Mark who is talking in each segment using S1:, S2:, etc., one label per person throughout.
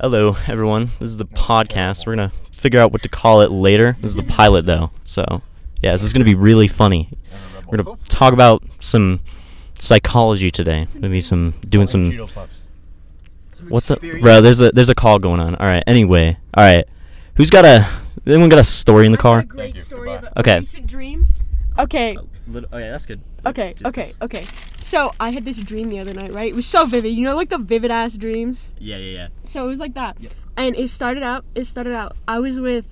S1: Hello, everyone. This is the podcast. We're gonna figure out what to call it later. This is the pilot, though, so yeah, this is gonna be really funny. We're gonna talk about some psychology today. Maybe some doing some what the bro? There's a there's a call going on. All right. Anyway, all right. Who's got a anyone got a story in the car?
S2: Great
S3: you.
S2: story
S3: Goodbye.
S2: of a
S1: Okay.
S2: basic dream. Okay,
S1: Oh yeah, that's good.
S2: okay, okay, okay. So I had this dream the other night, right? It was so vivid. You know, like the vivid ass dreams.
S1: Yeah, yeah, yeah.
S2: So it was like that, and it started out. It started out. I was with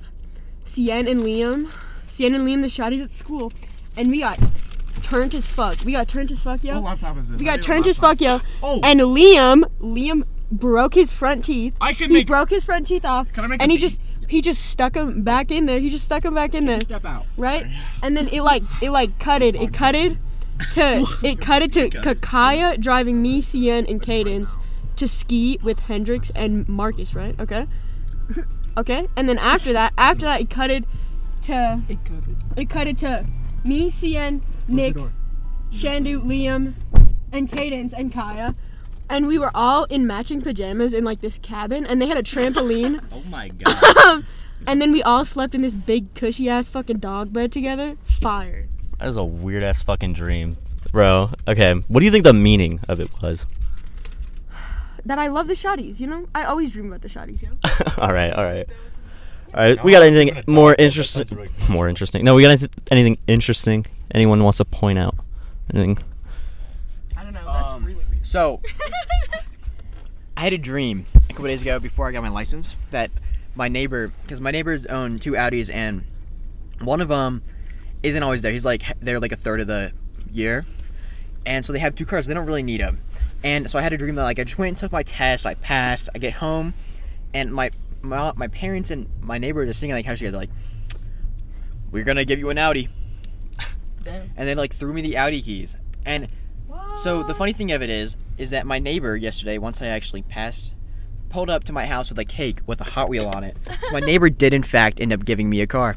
S2: Cien and Liam, Cien and Liam, the shotties at school, and we got turned as fuck. We got turned as fuck, yo.
S4: laptop is this?
S2: We got turned as fuck, yo.
S4: Oh.
S2: And Liam, Liam broke his front teeth.
S4: I can
S2: he
S4: make-
S2: broke his front teeth off.
S4: Can I make
S2: and
S4: a
S2: he
S4: beat?
S2: just he just stuck him back in there. He just stuck him back in there.
S4: Step out.
S2: right? And then it like it like cutted. It cutted to it cutted to Kakaya driving me, Cien, and Cadence to ski with Hendrix and Marcus, right? Okay. Okay. And then after that, after that it cutted to it cutted. It cutted to me, Cien, Nick, Shandu, Liam, and Cadence and Kaya. And we were all in matching pajamas in like this cabin and they had a trampoline.
S1: Oh my god.
S2: And then we all slept in this big cushy ass fucking dog bed together. Fire.
S1: That was a weird ass fucking dream, bro. Okay, what do you think the meaning of it was?
S2: That I love the shotties, you know? I always dream about the shotties, yo.
S1: all right, all right, all right. We got anything more interesting? More interesting? No, we got anyth- anything interesting? Anyone wants to point out? Anything?
S5: I don't know. That's really weird. Um, So, I had a dream a couple days ago before I got my license that my neighbor, because my neighbors own two Audis, and one of them isn't always there. He's like they're like a third of the year, and so they have two cars. They don't really need them. And so I had a dream that like I just went and took my test. I passed. I get home, and my my, my parents and my neighbors are singing like how she had like, "We're gonna give you an Audi," and then like threw me the Audi keys. And so the funny thing of it is, is that my neighbor yesterday, once I actually passed, pulled up to my house with a cake with a Hot Wheel on it. So my neighbor did in fact end up giving me a car.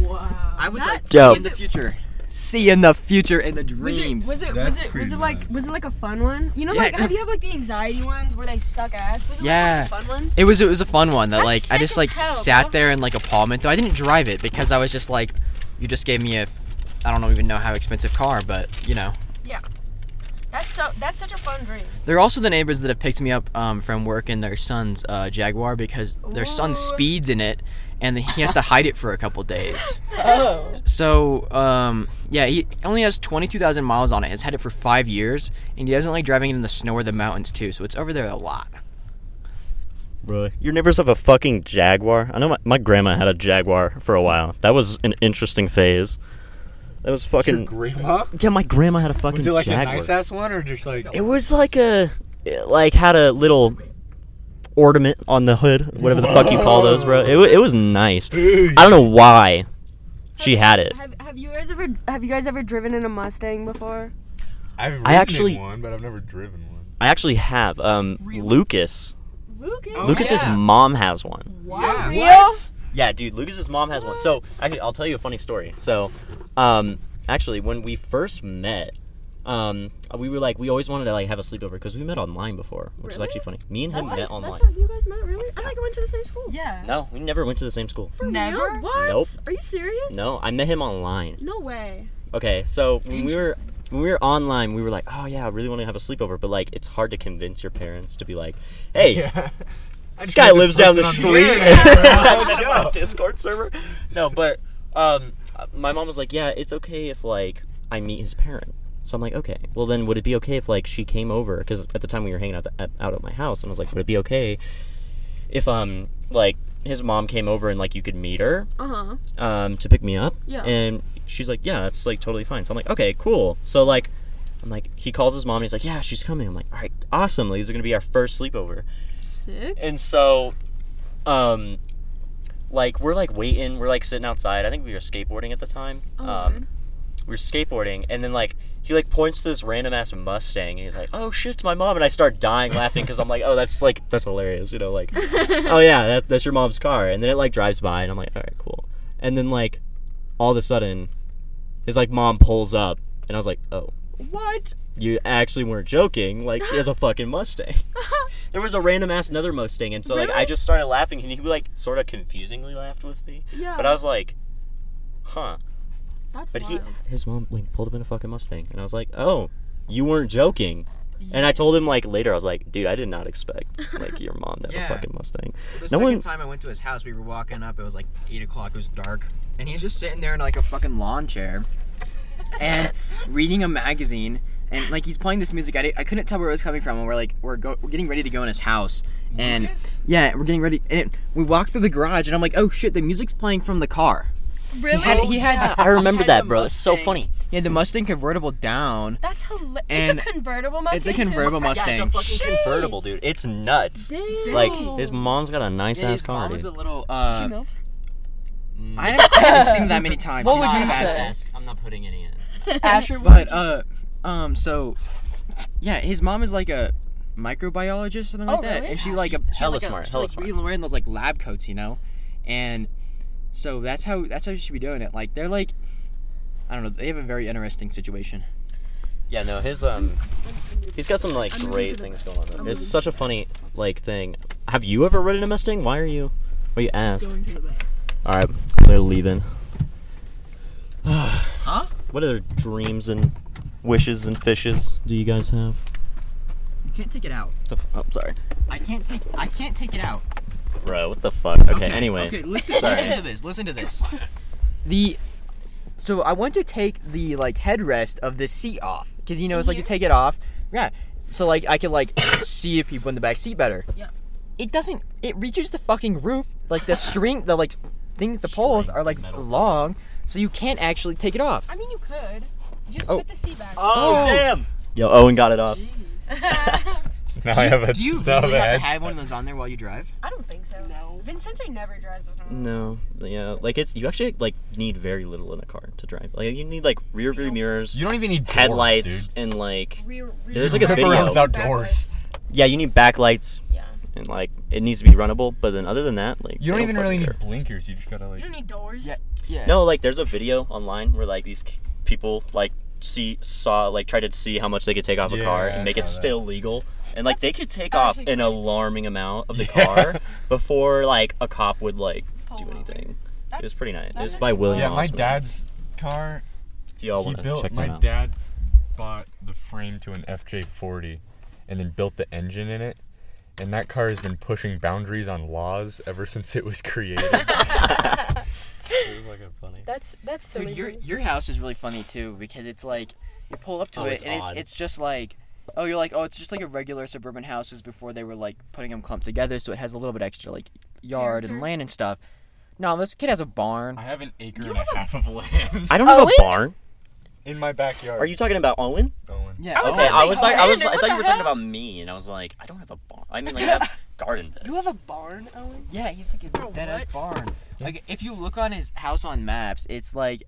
S5: wow. I was like, see
S1: Yo.
S5: you in the future. See you in the future in the
S6: Was it,
S5: dreams.
S6: was it,
S4: That's
S6: was it, was
S4: pretty
S6: it like, was it like a fun one? You know,
S5: Yeah,
S6: like,
S5: it-
S6: have you have like the anxiety ones where they suck ass? Was it
S5: Yeah.
S6: like one of the fun ones?
S5: It was it was a fun one that
S6: That's
S5: like I
S6: sick
S5: just
S6: as
S5: like
S6: hell,
S5: sat
S6: bro.
S5: there in like appallment though I didn't drive it because I was just like you just gave me a I don't even know how expensive car but you know
S6: That's so, that's such a fun dream.
S5: there are also the neighbors that have picked me up um, from work in their son's uh, Jaguar because their son
S6: Ooh.
S5: speeds in it and he has to hide it for a couple days so um, yeah he only has 22,000 miles on it has had it for five years and he doesn't like driving it in the snow or the mountains too so it's over there a lot
S1: Bro, your neighbors have a fucking Jaguar. I know my, my grandma had a Jaguar for a while. That was an interesting phase. That was fucking.
S4: grandma?
S1: yeah, my grandma had a fucking
S4: Was it like
S1: Jaguar.
S4: a nice ass one or just like?
S1: it was like a, it like had a little ornament on the hood, whatever the fuck you call those, bro. It, wa- it was nice. I don't know why she had it.
S2: Have, have you guys ever have you guys ever driven in a Mustang before?
S4: I've ridden
S1: I actually-
S4: in one, but I've never driven one.
S1: I actually have um Lucas.
S2: Lucas.
S1: Lucas's
S5: yeah.
S1: mom has one.
S5: wow
S1: Yeah, dude, Lucas's mom has one. So actually, I'll tell you a funny story. So, um, actually, when we first met, um, we were like, we always wanted to like have a sleepover because we met online before, which is actually funny. Me and him met online.
S2: That's how you guys met, really? I like went to the same school.
S6: Yeah.
S1: no, we never went to the same school.
S6: Never?
S2: What?
S1: Nope.
S2: Are you serious?
S1: No, I met him online.
S2: No way.
S1: Okay, so when we were when we were online, we were like, oh yeah, I really want to have a sleepover, but like it's hard to convince your parents to be like, hey, this guy lives down the street. On a Discord server. No, but um, my mom was like, yeah, it's okay if like I meet his parent. So I'm like, okay. Well, then would it be okay if like she came over? Because at the time we were hanging out at, out at my house, and I was like, would it be okay if um like his mom came over and like you could meet her?
S2: Uh
S6: Uh-huh.
S2: huh.
S1: um, to pick me up.
S2: Yeah.
S1: And she's like, yeah, that's like totally fine. So I'm like, okay, cool. So like, I'm like, he calls his mom. And he's like, yeah, she's coming. I'm like, all right, awesome. These are gonna be our first sleepover.
S2: Sick.
S1: And so, um, like we're like waiting. We're like sitting outside. I think we were skateboarding at the time. um, we were skateboarding, and then like he like points to this random ass Mustang, and he's like, "Oh shit, it's my mom!" And I start dying laughing because I'm like, "Oh, that's like that's hilarious," you know, like, "Oh yeah, that, that's your mom's car." And then it like drives by, and I'm like, "All right, cool." And then like all of a sudden, his like mom pulls up, and I was like, "Oh."
S2: What?
S1: you actually weren't joking. Like she has a fucking Mustang. there was a random ass another Mustang, and so like I
S7: Really?
S1: just started laughing, and he like sort of confusingly laughed with me.
S7: Yeah.
S1: But I was like, huh.
S2: That's
S1: But he,
S2: wild.
S1: his mom like pulled up in a fucking Mustang, and I was like, oh, you weren't joking. And I told him like later, I was like, dude, I did not expect like your mom to have
S5: Yeah.
S1: a fucking Mustang.
S5: The
S1: No
S5: second
S1: one-
S5: time I went to his house, we were walking up. It was like eight o'clock. It was dark, and he's just sitting there in like a fucking lawn chair, and reading a magazine. And like he's playing this music, I, di- I couldn't tell where it was coming from. And we're like, we're go- we're getting ready to go in his house, and yeah, we're getting ready. And we walk through the garage, and I'm like, oh shit, the music's playing from the car.
S2: Really?
S5: He had, he had
S1: I remember
S5: he had
S1: that,
S5: the
S1: bro. It's so
S5: Mustang-
S1: funny.
S5: He had the Mustang convertible down.
S2: That's hilarious.
S5: And-
S2: It's a convertible Mustang.
S5: It's a
S2: too?
S5: convertible Mustang.
S1: Yeah, it's a fucking convertible, dude. It's nuts.
S2: Damn.
S1: Like his mom's got a nice
S5: Yeah,
S1: ass
S5: his
S1: car.
S5: mom was
S1: Dude.
S5: a little. Uh,
S2: You know?
S5: I, haven't, I haven't seen him that many times.
S8: What
S5: He's
S8: would
S5: not
S8: you
S5: a bad
S8: say?
S5: son.
S1: I'm not putting any in.
S8: Asher, what
S5: But uh, um, so yeah, his mom is like a microbiologist, or something
S2: Oh,
S5: like that,
S2: really?
S5: and she like a she
S1: Hella
S5: like a-
S1: smart,
S5: she,
S1: hella
S5: like,
S1: smart.
S5: Really wearing those like lab coats, you know, and so that's how that's how she should be doing it. Like they're like, I don't know, they have a very interesting situation.
S1: Yeah, no, his um, he's got some like great things going on. Though. It's such a funny like thing. Have you ever ridden a Mustang? Why are you? What you ask?
S8: going to the back.
S1: All right, they're leaving.
S5: Huh?
S1: What other dreams and wishes and fishes do you guys have?
S5: You can't take it out.
S1: The f- oh, I'm sorry,
S5: I can't take I can't take it out.
S1: bro. What the fuck? Okay, anyway,
S5: Okay, listen, listen to this. Listen to this. The so I want to take the like headrest of the seat off because you know it's like you take it off, yeah. So like I could like see the people in the back seat better.
S2: Yeah.
S5: It doesn't. It reaches the fucking roof. Like the string, the like things, the poles are like long, so you can't actually take it off.
S2: I mean, you could. Just
S5: Oh.
S2: put the seat back.
S1: Oh,
S5: Oh.
S1: damn! Yo, Owen got it off.
S4: Now I have a.
S5: Do you
S4: now I
S5: really have
S4: have
S5: to have one of those on there while you drive?
S2: I don't think so. No. Vincente never drives with him.
S1: No, yeah, like it's you actually like need very little in a car to drive. Like you need like rear view mirrors,
S4: You don't even need doors,
S1: headlights,
S4: dude.
S1: and like
S2: Rear, rear
S1: There's like
S4: You
S1: a
S4: can rip
S1: video.
S4: around without
S2: Backwards.
S4: doors.
S1: yeah, you need backlights
S2: Yeah.
S1: and like it needs to be runnable. But then other than that, like
S4: You don't
S1: they
S4: even really
S1: fucking
S4: need blinkers. You just gotta
S2: You
S4: like.
S2: don't need doors.
S5: Yeah. Yeah.
S1: care. No, like there's a video online where like these c- people like see saw like tried to see how much they could take off a car
S4: Yeah,
S1: and
S4: I
S1: make it
S4: saw that.
S1: still legal. And like they could take off
S2: actually
S1: an
S2: crazy.
S1: alarming amount of the
S4: Yeah.
S1: car before like a cop would like do
S2: over.
S1: anything. It was
S2: Oh That's-
S1: pretty nice. It was
S2: that's
S1: by
S2: actually
S1: William
S4: Yeah, my
S1: Osman.
S4: dad's car.
S1: If y'all
S4: He
S1: want to
S4: built.
S1: Oh, check
S4: My
S1: that out.
S4: dad bought the frame to an FJ40, and then built the engine in it. And that car has been pushing boundaries on laws ever since it was created.
S7: That's that's so.
S5: Dude, your your house is really funny too because it's like you pull up to
S1: Oh,
S5: it
S1: it's
S5: and it's
S1: odd.
S5: it's just like oh you're like oh it's just like a regular suburban house is before they were like putting them clumped together so it has a little bit extra like yard and land and stuff. No, this kid has a barn.
S4: I have an acre and a half of land
S1: I don't have
S7: Owen?
S1: a barn.
S4: in my backyard.
S1: Are you talking about Owen?
S4: Owen.
S5: Yeah,
S2: was
S5: oh,
S1: Okay, I
S2: say
S1: was like, I was,
S2: Brandon,
S1: I
S2: what
S1: thought you
S2: the
S1: were talking
S2: hell?
S1: about me, and I was like, I don't have a barn. I mean, like, I have garden beds.
S8: You have a barn, Owen?
S5: yeah, he's like a dead ass
S2: what?
S5: barn. Like if you look on his house on maps, it's like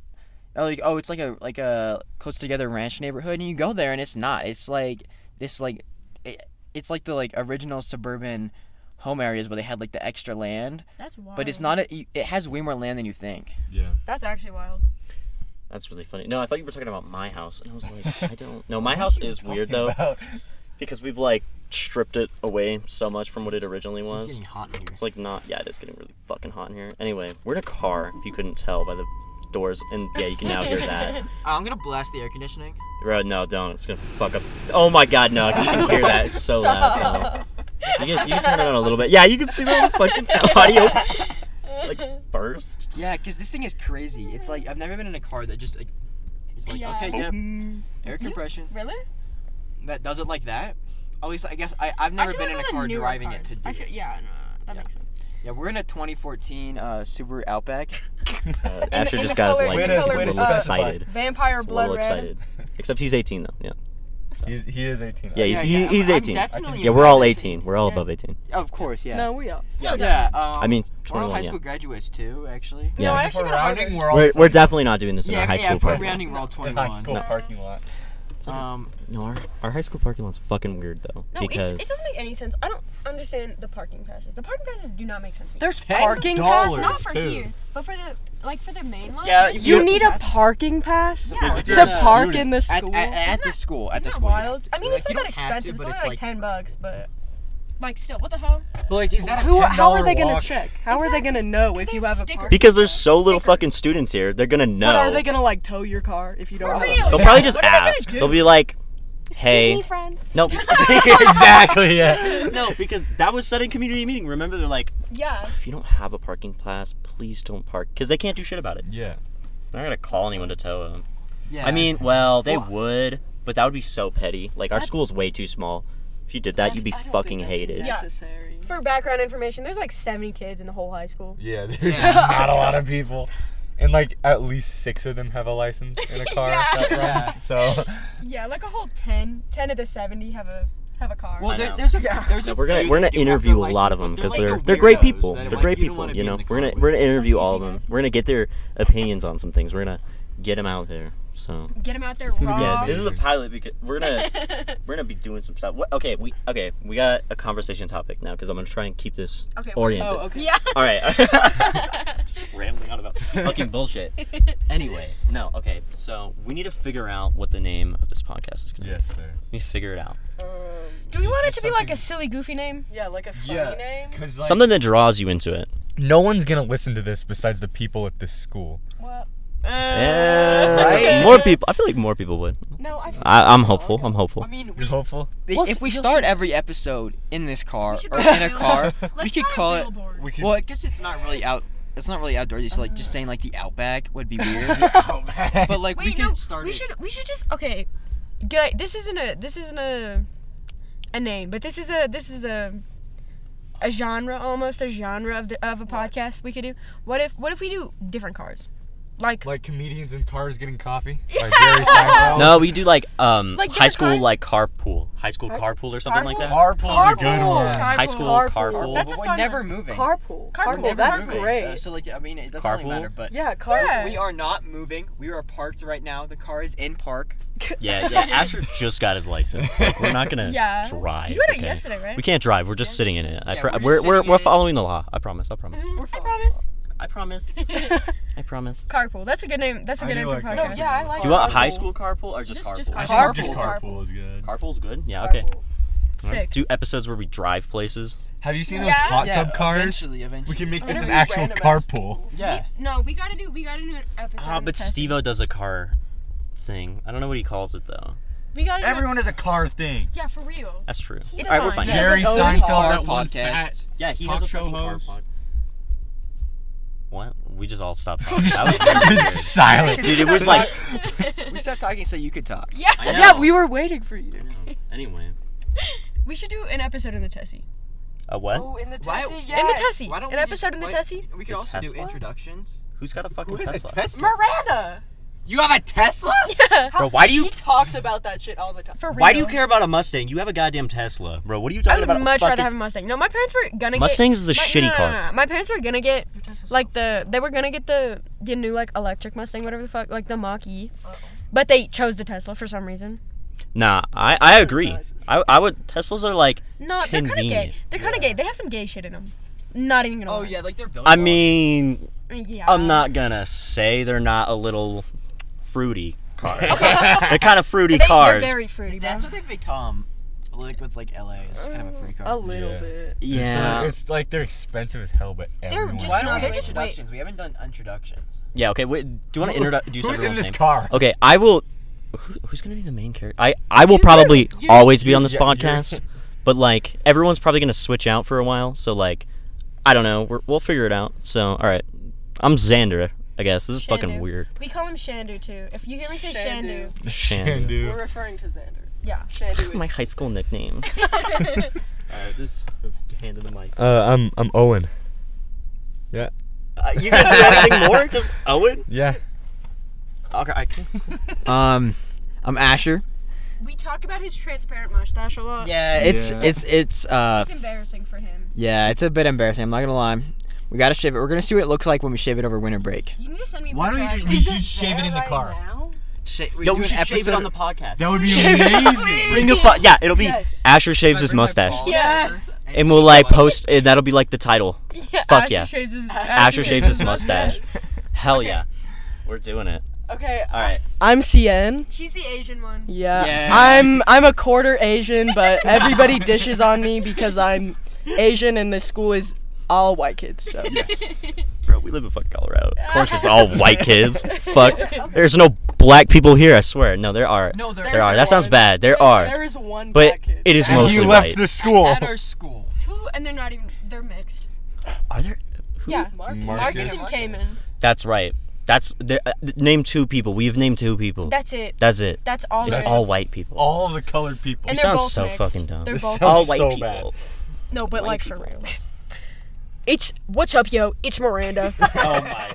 S5: oh, like oh it's like a like a close together ranch neighborhood and you go there and it's not. It's like this like it, it's like the like original suburban home areas where they had like the extra land.
S2: That's wild.
S5: But it's not a. you- It has way more land than you think.
S4: Yeah.
S2: That's actually wild.
S1: That's really funny. No, I thought you were talking about my house, and I was like, I don't. No, my house is weird though, because we've like stripped it away so much from what it originally was.
S5: hot in
S1: It's like not. Yeah, it is getting really fucking hot in here. Anyway, we're in a car. If you couldn't tell by the doors, and yeah, you can now hear that.
S5: Uh, I'm gonna blast the air conditioning.
S1: Bro, no, don't. It's gonna fuck up. Oh my god, no! You can hear that. It's so loud. Tom. You can, you can turn it on a little bit. Yeah, you can see the fucking audio like burst.
S5: Yeah, cause this thing is crazy. It's like I've never been in a car that just like. It's like
S2: Yeah.
S5: okay, yep. Air compression
S2: Really?
S5: that does it like that. At least I guess I, I've never been in a car driving it to do.
S2: I
S5: it.
S2: feel, yeah, no, that makes sense.
S5: Yeah, we're in a 2014 uh, Subaru Outback.
S1: Uh, Asher
S2: in
S1: just
S2: the
S1: got his
S2: color-
S1: license. He's a
S4: in the color
S1: little
S4: blue.
S1: excited.
S2: Vampire
S1: He's a
S2: blood
S1: little
S2: red.
S1: excited. Except he's 18 though. Yeah.
S4: He's, he is 18.
S1: Yeah, he's, he, he's
S5: I'm- I'm
S1: 18.
S5: definitely
S1: yeah, we're all
S5: involved.
S1: 18. We're all above 18.
S5: Of course, yeah.
S8: No, we are.
S5: yeah. yeah um,
S1: I mean,
S5: we're all
S1: 21.
S5: high
S1: Yeah.
S5: school graduates too, actually.
S1: Yeah.
S2: No, I
S4: If we're
S2: actually got a
S4: rounding,
S2: Harvard.
S4: we're all
S1: We're,
S4: 20.
S1: we're definitely not doing this in
S5: yeah,
S1: our high
S5: yeah.
S1: school
S5: if we're
S1: party.
S5: rounding roll
S4: in
S5: 21.
S4: high school parking lot.
S5: Um,
S1: No, our, our high school parking lot's fucking weird though.
S2: No,
S1: because
S2: it's, it doesn't make any sense. I don't understand the parking passes. The parking passes do not make sense. To me.
S9: There's parking
S2: Pass,
S9: passes.
S2: not for
S9: too.
S2: here, but for the like for the main line.
S9: Yeah,
S2: there's
S9: you
S2: parking
S9: need a
S2: passes.
S9: parking pass
S2: Yeah,
S9: to park in the
S5: at,
S9: school.
S5: at, at the school, at
S2: Isn't
S5: the
S2: that
S5: school. you have
S2: wild?
S5: to.
S2: I mean,
S5: Like,
S2: it's
S5: you
S2: not that
S5: don't have to,
S2: expensive. it's
S5: but
S2: only
S5: it's
S2: like,
S5: like-
S2: ten bucks, but like still, what the hell?
S9: But like, is that
S8: Who?
S9: How are they
S8: gonna
S9: gonna check?
S2: How
S9: How
S2: are
S9: are
S2: Exactly.
S9: they
S2: they
S9: gonna know if you have a
S2: Stickers.
S9: parking?
S1: because there's so little
S2: Stickers.
S1: fucking students here, they're gonna know.
S9: But are they gonna like tow your car if you don't?
S2: For
S9: have a-
S2: real?
S1: They'll
S2: Yeah.
S1: probably just
S2: What are they gonna
S1: ask.
S2: do?
S1: They'll be like, "Hey,
S2: me, friend.
S1: no, exactly, yeah, no, because that was said in community meeting. Remember, they're like,
S2: Yeah,
S1: if you don't have a parking pass, please don't park, because they can't do shit about it.
S4: Yeah.
S1: They're not gonna call anyone to tow them.
S5: Yeah.
S1: I mean, well, they would, but that would be so petty. Like our school's way too small. If you did that, you'd be
S9: I don't think
S1: fucking
S9: that's
S1: hated.
S2: Yeah.
S9: Necessary.
S2: for background information, there's like 70 kids in the whole high school.
S4: Yeah, there's not a lot of people. And like at least six of them have a license in a car that runs. So
S2: Yeah, like a whole 10, 10 of the 70 have a have a car.
S5: Well,
S1: I
S5: there,
S1: know.
S5: there's a, there's a
S1: We're gonna
S5: few
S1: we're
S5: that
S1: gonna
S5: do have
S1: interview a
S5: their
S1: lot of them because
S5: license, but
S1: they're
S5: like the
S1: they're great
S5: weirdos
S1: people.
S5: that,
S1: They're
S5: like,
S1: great
S5: you don't
S1: people.
S5: wanna
S1: You
S5: be in
S1: know,
S5: the
S1: we're
S5: car
S1: gonna
S5: with.
S1: we're gonna interview all of them. We're gonna get their opinions on some things. We're gonna get them out there. So
S2: Get them out there
S4: gonna be
S2: raw.
S4: amazing.
S1: this is a pilot because we're gonna we're gonna be doing some stuff. What, okay, we okay we got a conversation topic now because I'm gonna try and keep this
S2: Okay, well-
S1: oriented.
S9: Oh, okay.
S2: yeah.
S1: All right. Just rambling on about fucking bullshit. Anyway, no, okay. So we need to figure out what the name of this podcast is going to
S4: yes,
S1: be.
S4: sir.
S1: We need to figure it out.
S2: Do we want it to be like
S4: something-
S2: a silly, goofy name?
S9: Yeah, like a funny name.
S4: because like
S1: Something that draws you into it.
S4: no one's gonna listen to this besides the people at this school.
S2: Uh,
S1: Yeah. More people. I feel like more people would.
S9: No, I.
S1: I, I'm hopeful. I'm hopeful.
S9: I mean,
S4: You're hopeful?
S9: Well,
S5: if we
S9: you'll
S5: start every episode in this car
S2: should
S5: or
S2: buy a
S5: in a
S2: new
S5: car,
S2: one.
S5: we
S2: Let's
S5: could
S2: buy a
S5: call it.
S2: billboard.
S4: We could
S5: Well, I guess it's not really out. It's not really outdoorsy. So like just saying like the outback would be weird. but like we
S2: Wait,
S5: could
S2: no.
S5: start.
S2: we
S5: it-
S2: should we should just okay. Good. I- This isn't a this isn't a a name, but this is a this is a a genre almost a genre of the of a podcast we could do. What if what if we do different cars? Like
S4: like comedians in cars getting coffee. Like Jerry Seinfeld.
S1: No, we do like um
S2: Like
S1: high
S2: different
S1: school
S2: kinds?
S1: like carpool, high school carpool or something like that.
S4: Carpool's a good
S9: Carpool.
S4: one.
S2: Carpool.
S1: High school
S9: Carpool.
S1: carpool.
S2: That's a
S5: We're
S2: fun
S5: never
S2: one.
S5: moving.
S9: carpool.
S5: We're
S9: Carpool.
S5: never
S9: That's
S5: moving,
S9: great.
S5: though, so like I mean it doesn't really
S1: Carpool?
S5: matter, but
S9: yeah, carpool.
S2: Yeah.
S5: we are not moving. We are parked right now. The car is in park.
S1: Yeah, yeah. Asher just got his license. Like, we're not gonna
S2: Yeah.
S1: drive.
S2: You had it
S1: okay?
S2: yesterday, right?
S1: We can't drive. We're just sitting in it. I
S5: Yeah,
S1: pro-
S5: we're just
S1: we're we're,
S5: sitting
S1: we're
S5: in it.
S1: following the law. I promise. I promise.
S2: I promise.
S1: I promise. I promise.
S2: Carpool. That's a good name. That's a
S4: I
S2: good
S4: do
S2: name for a
S4: like
S2: podcast.
S4: that.
S9: Yeah, I like.
S1: Do you want
S9: carpool.
S1: high school carpool or just,
S2: Just-
S1: carpool?
S2: just carpool.
S1: Carpool.
S5: Carpool.
S4: Just carpool is good.
S1: Carpool's good. Yeah. Okay.
S9: Carpool.
S2: Sick.
S1: Do episodes where we drive places.
S4: Have you seen
S2: Yeah.
S4: those hot
S5: Yeah,
S4: tub cars?
S5: Eventually, eventually.
S4: We can make this an
S9: Really
S4: actual
S9: random
S4: carpool.
S5: yeah.
S2: No, we gotta do. We gotta do an episode.
S1: Ah,
S2: on
S1: but
S2: testing.
S1: Stevo does a car thing. I don't know what he calls it though.
S2: We gotta. do-
S4: Everyone has a car thing.
S2: yeah, for real.
S1: That's true. All
S2: It's
S1: right, we're fine.
S2: fine. Yeah.
S4: Jerry
S9: It's like, oh,
S4: Seinfeld
S5: car
S4: that one
S5: podcast.
S4: fat-
S1: Yeah, he
S4: Talk
S1: has a
S4: show
S1: fucking car
S4: host.
S1: pod. What? We just all stopped talking. That was
S4: Been
S1: weird.
S4: silent.
S1: Dude, it was like.
S5: We stopped talking so you could talk.
S2: Yeah.
S1: I know.
S9: Yeah, we were waiting for you.
S1: Anyway.
S2: We should do an episode in the Tessie.
S1: A what?
S9: Oh, in the
S5: Why-
S9: Tessie.
S5: in
S9: Yeah.
S2: In the Tessie.
S5: Why don't
S2: An
S5: we
S2: episode
S5: just,
S2: in the
S5: like-
S2: Tessie.
S5: We could also do
S1: Tesla?
S5: introductions.
S1: Who's got a fucking Tesla?
S9: Miranda.
S5: You have a Tesla?
S1: Bro, why do you
S9: She talks about that shit all the time.
S2: For real.
S1: why do you care about a Mustang? You have a goddamn Tesla, bro. What are you
S2: I
S1: talking
S2: would
S1: about?
S2: much
S1: a
S2: rather
S1: fucking-
S2: have a Mustang. No, my parents were gonna
S1: Mustang's the
S2: get
S1: shitty
S2: my, no, no,
S1: car.
S2: no, no, no. My parents were gonna get like the they were gonna get the the new like electric Mustang, whatever the fuck, like the Mach E. But they chose the Tesla for some reason.
S1: Nah, I, I agree. I, I would Teslas are like
S2: No, they're kind of gay.
S1: Convenient.
S2: They're kind of gay. They have some gay shit in them. Not even gonna.
S5: Oh
S2: lie.
S5: yeah, like they're built.
S1: I mean,
S2: Yeah.
S1: I'm not gonna say they're not a little fruity cars. they're kind of fruity
S2: They,
S1: cars.
S2: They're very fruity. Bro.
S5: that's what they've become. Like with like LA, it's kind of a free car.
S9: A little
S4: Yeah.
S9: bit.
S1: yeah.
S4: So it's like they're expensive as hell, but everyone-
S2: just-
S5: Why
S2: No,
S5: don't we
S2: they're
S5: have
S2: just
S5: introductions? We haven't done introductions.
S1: yeah. Okay. Wait, do you want to introduce
S4: Who's in
S1: everyone's
S4: this
S1: name?
S4: car?
S1: Okay, I will. Who, who's gonna be the main character? I I will probably always be on this
S4: Yeah, you're-
S1: podcast, but like everyone's probably gonna switch out for a while. So like, I don't know. We're, we'll figure it out. So all right, I'm Xander. I guess this is fucking
S2: Shandu.
S1: weird.
S2: We call him Shandu too. If you hear me say Shandu,
S9: Shandu.
S1: Shandu.
S4: Shandu.
S9: We're referring to Xander.
S2: yeah.
S9: Shandu is.
S1: My high school nickname. Alright, this hand in the mic.
S4: Uh, I'm I'm Owen. Yeah.
S1: you can do anything more? Just Owen?
S4: Yeah.
S1: Okay, I can.
S5: Um, I'm Asher.
S2: We talk about his transparent mustache a lot.
S5: Yeah, it's
S4: Yeah.
S5: it's it's uh
S2: It's embarrassing for him.
S5: yeah, it's a bit embarrassing. I'm not gonna lie. We gotta shave it. We're gonna see what it looks like when we shave it over winter break.
S2: You need to send me.
S4: Why don't you
S2: pictures.
S4: just we should shave it in the car?
S5: Sha- we
S1: Yo,
S5: do
S1: we
S5: an
S1: should shave
S5: episode
S1: it on the podcast.
S10: That would be amazing.
S1: Bring a fu- yeah, it'll be
S9: Yes.
S1: Asher shaves his
S5: Bring my
S1: mustache,
S5: balls
S9: Yes.
S5: over
S1: and we'll like
S5: just go
S1: post, and that'll be like the title. Fuck
S2: Asher
S1: yeah.
S2: Shaves his,
S1: Asher shaves his mustache. Hell yeah, we're doing it.
S9: Okay.
S1: All right.
S8: I'm CN.
S2: She's the Asian one.
S8: Yeah.
S5: Yeah.
S8: I'm I'm a quarter Asian, but everybody dishes on me because I'm Asian and this school is all white kids. So
S1: Bro, we live in fucking Colorado. Of course, it's all white kids. Fuck. There's no black people here. I swear. No, there are.
S5: No, there
S1: there are.
S5: isn't
S1: That sounds
S8: one.
S1: bad. There
S8: there
S1: are.
S8: is one
S1: But
S8: black kid.
S1: it is
S5: Have
S10: If you
S1: mostly
S10: left
S1: white.
S10: the school.
S5: At our school.
S2: Two, and they're not even. They're mixed.
S1: Are there?
S2: Yeah.
S9: Marcus.
S2: Marcus
S4: Marcus.
S2: and Cayman.
S1: That's right. That's there. Uh, name two people. We've named two people.
S2: That's it.
S1: That's it.
S2: That's all.
S1: It's
S2: there is.
S1: all white people.
S10: All the colored people.
S2: And
S1: It
S2: they're
S1: sounds
S2: both
S1: so
S2: mixed.
S1: fucking dumb.
S2: They're
S1: It
S2: both
S1: all
S10: sounds
S1: white
S10: so
S1: people.
S10: bad.
S2: no, but
S1: white
S2: like for
S1: people.
S2: real.
S8: It's what's up, yo? It's Miranda.
S1: Oh my.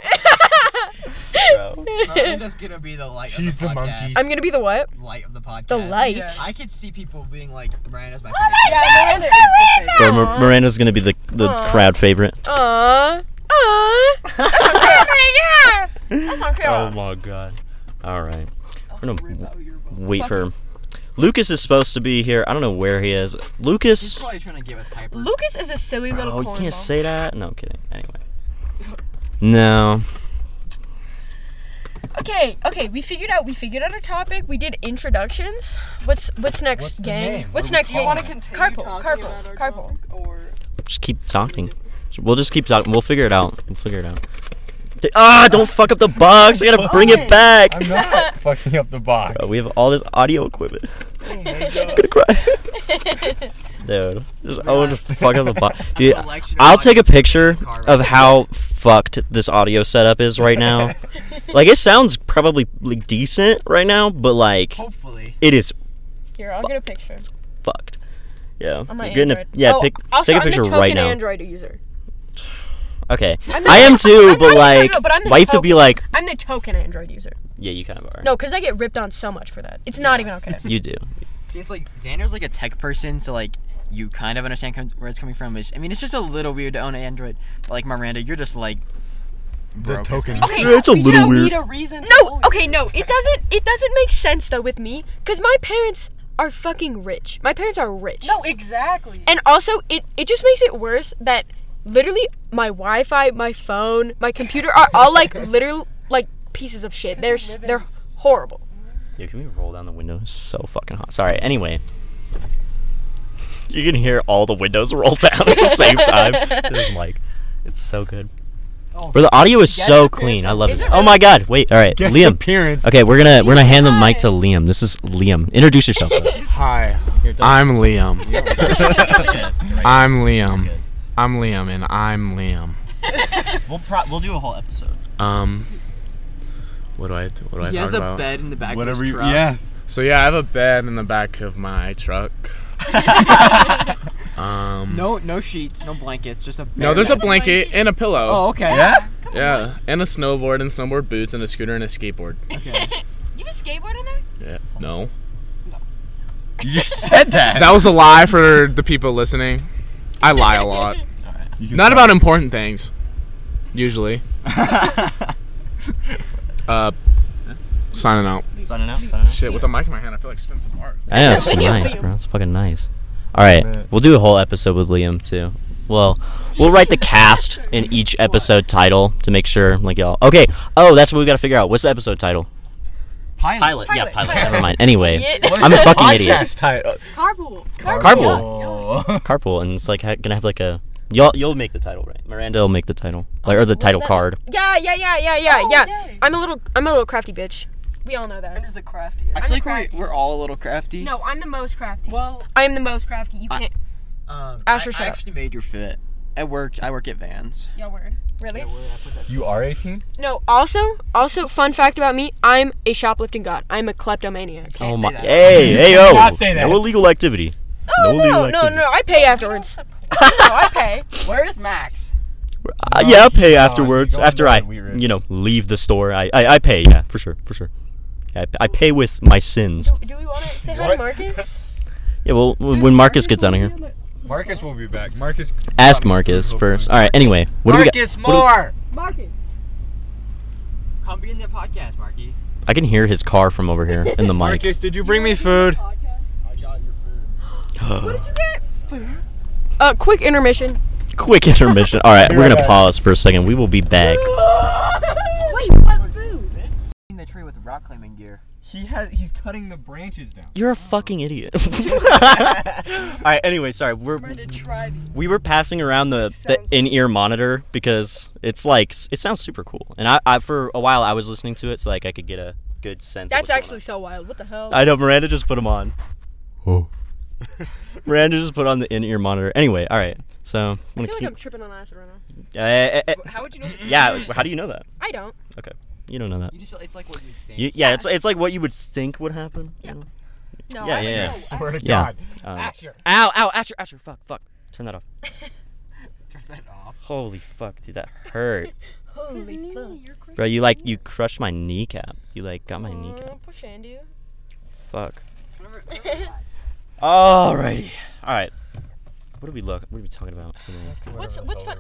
S1: Bro.
S5: I'm just gonna be the light
S10: She's
S5: of the,
S10: the monkey.
S5: podcast.
S2: I'm gonna be the what?
S5: Light of the podcast.
S8: the light.
S5: I could see people being like, Miranda's my favorite.
S9: Yeah, Miranda is the favorite.
S1: Bro, Mir- Miranda's gonna be the the crowd favorite.
S2: Aww. Aww. yeah. That's not crazy.
S1: Oh my god. All right. We're gonna
S9: Rip out your bone.
S1: wait for him. Lucas is supposed to be here. I don't know where he is. Lucas.
S5: She's probably trying to get with Piper.
S2: Lucas is a silly
S1: Oh,
S2: little
S1: you
S2: cornball.
S1: can't say that. No, I'm kidding. Anyway. No.
S2: Okay, okay, we figured out we figured out our topic. We did introductions. What's what's next,
S4: What's the
S2: gang?
S4: name? What are
S2: What's
S4: we
S2: next,
S9: Do you
S2: gang?
S9: want to continue
S2: carpool,
S9: talking about
S2: carpool,
S9: our
S2: carpool.
S9: topic, or
S1: Just keep talking. We'll just keep talking. We'll figure it out. We'll figure it out. D- Ah, don't fuck up the box. I gotta bring it back.
S10: I'm not fucking up the box.
S1: Bro, we have all this audio equipment. I'm gonna cry. Dude, just I would just fuck up the box. Dude,
S5: Collection of
S1: I'll
S5: audio-
S1: take a picture of how fucked this audio setup is right now. like it sounds probably like decent right now, but like
S5: Hopefully.
S1: it is
S2: Here, I'll get a picture.
S1: fucked. Yeah,
S2: On my
S1: you're getting a,
S2: Android.
S1: yeah.
S2: Oh,
S1: pick,
S2: also,
S1: take a
S2: I'm the
S1: picture
S2: token
S1: right now.
S2: Android user.
S1: Okay,
S2: I'm
S1: I am
S2: not-
S1: too,
S2: I'm
S1: but
S2: not- no, no,
S1: like,
S2: no, but I'm the
S1: why you have to be
S2: token.
S1: like,
S2: I'm the token Android user.
S1: yeah, you kind of are.
S2: No, because I get ripped on so much for that. It's not even okay.
S1: you do.
S5: See, it's like Xander's like a tech person, so like you kind of understand com- where it's coming from. It's, I mean, it's just a little weird to own an Android. But like Miranda, you're just like
S10: The
S5: broke as
S10: token.
S5: hell.
S1: Yeah, it's a
S9: you
S1: little
S9: don't
S1: weird.
S9: need a reason. to
S2: No,
S9: own
S2: okay, no. It doesn't it doesn't make sense though with me cuz my parents are fucking rich. My parents are rich.
S9: it. No, exactly.
S2: And also, it, it just makes it worse that literally my Wi Fi, my phone, my computer are all like literal like pieces of shit. They're s- they're horrible.
S1: Yo, can we roll down the window? It's so fucking hot. Sorry. Anyway, you can hear all the windows roll down at the same time. It's like, it's so good. Bro, the audio is so clean. I love it. Oh my god! Wait, all right,
S10: Guest
S1: Liam.
S10: appearance.
S1: Okay, we're gonna we're gonna hand the mic to Liam. This is Liam. Introduce yourself. though.
S11: Hi, I'm Liam. I'm Liam.
S1: Good.
S11: I'm Liam, and I'm Liam.
S1: we'll pro- we'll do a whole episode.
S11: Um, what do I what do I
S5: He
S11: talk
S5: has a
S11: about?
S5: bed in the back
S10: Whatever
S5: of his
S10: you.
S5: truck.
S10: Yeah.
S11: So yeah, I have a bed in the back of my truck. um,
S5: No, no sheets, no blankets, just a.
S11: no,
S5: bare
S11: Oh, there's a
S5: bed.
S11: blanket and a pillow.
S5: Oh, okay.
S10: Yeah.
S11: Yeah, and a snowboard and snowboard boots and a scooter and a skateboard.
S2: You have a skateboard in there?
S11: Yeah. No.
S10: You just said that.
S11: That was a lie for the people listening. I lie a lot.
S10: You can
S11: Not
S10: tell.
S11: about important things, usually. uh, signing out.
S1: Signing out. Signing out.
S11: Shit, with the mic in my hand, I feel like Spencer Park.
S1: Yeah, it's nice, bro. It's fucking nice. All right,
S10: Man.
S1: we'll do a whole episode with Liam too. Well, we'll write the cast in each episode title to make sure, like y'all. Okay. Oh, that's what we gotta figure out. What's the episode title? Pilot. Pilot. Yeah,
S2: Pilot.
S1: pilot. Never mind. Anyway,
S2: Idiot.
S1: I'm a fucking
S10: Podcast
S1: idiot.
S10: title.
S9: Carpool.
S1: Carpool.
S10: Oh.
S1: Carpool, and it's like ha- gonna have like a. Y'all, you'll make the title, right? Miranda will make the title, like or the title
S2: that?
S1: card.
S2: Yeah, yeah, yeah, yeah, yeah,
S9: Oh,
S2: yeah.
S9: yay.
S2: I'm a little I'm a little crafty bitch. We all know
S9: Mine
S2: that.
S9: is the craftiest.
S5: I
S2: I'm
S5: feel
S2: the
S5: like
S2: crafty.
S5: we're, we're all a little crafty.
S2: No, I'm the most crafty.
S9: Well,
S2: I am the most crafty. You
S5: I-
S2: can't.
S5: Um,
S2: Asher,
S5: I,
S2: shut
S5: I
S2: up.
S5: actually made your fit. At work, I work at Vans.
S1: Oh
S2: yeah, word. Really?
S10: You are 18?
S2: No. Also, also, fun fact about me: I'm a shoplifting god. I'm a kleptomaniac.
S5: Can't
S1: oh
S5: say
S1: my!
S5: that.
S1: Hey, hey, oh!
S10: cannot say that.
S1: No illegal activity.
S2: Oh no,
S1: illegal
S2: no,
S1: activity.
S2: no! I pay afterwards. no, I pay.
S5: Where is Max?
S1: Uh, yeah, I'll pay
S10: he's gone.
S1: afterwards.
S10: He's gone
S1: After
S10: Oh, down
S1: I,
S10: the wheat ridge.
S1: you know, leave the store, I, I, I pay. Yeah, for sure, for sure. Yeah, I, I pay with my sins.
S2: Do, do we want to say hi to
S10: What?
S2: Marcus?
S1: Yeah, well, w- when Marcus gets down here,
S10: Marcus will be back. Marcus.
S1: ask
S10: probably
S1: Marcus
S10: will
S1: first.
S10: come.
S1: All right. Anyway, what do we got?
S10: Marcus
S1: what do we-
S10: Moore.
S9: Marcus.
S5: Come be in the podcast, Marky.
S1: I can hear his car from over here in the mic.
S10: Marcus, did you bring me food?
S2: Uh, quick intermission.
S1: Quick intermission. All right,
S10: Be
S1: we're
S10: right
S1: gonna
S10: back.
S1: pause for a second. We will be back.
S5: the tree with rock climbing gear.
S10: He has. He's cutting the branches down.
S1: You're a fucking idiot. All right. Anyway, sorry. We're we were passing around the, the in-ear monitor because it's like it sounds super cool, and I, I for a while I was listening to it so like I could get a good sense. of
S2: That's
S1: what's going
S2: actually so wild. What the hell?
S1: on. I know Miranda just put them on. Miranda just put on the in-ear monitor. Anyway, all right. So
S2: I
S1: I'm
S2: feel
S1: gonna
S2: like I'm
S1: keep.
S2: tripping on acid right now.
S1: Eh, eh, eh,
S5: How would you know? That?
S1: yeah. How do you know that?
S2: I don't.
S1: You don't know that.
S5: You just, it's like what you think.
S1: You, yeah, it's it's like what you would think would happen. you
S2: Yeah.
S1: know?
S2: No.
S1: Yeah,
S2: I
S1: yeah,
S2: don't
S1: yeah.
S2: know.
S10: Swear to
S1: Yeah.
S10: God.
S1: Um,
S10: Asher.
S1: Ow, ow, Asher, Asher, fuck, fuck. Turn that off.
S5: Turn that off.
S1: Holy fuck, dude, that hurt. Bro, you like you crushed my kneecap. You like got my
S2: Aw,
S1: kneecap.
S2: poor Shandu.
S1: Fuck. Alrighty. Alright. What do we look? What are we talking about today?
S2: What's what's fun?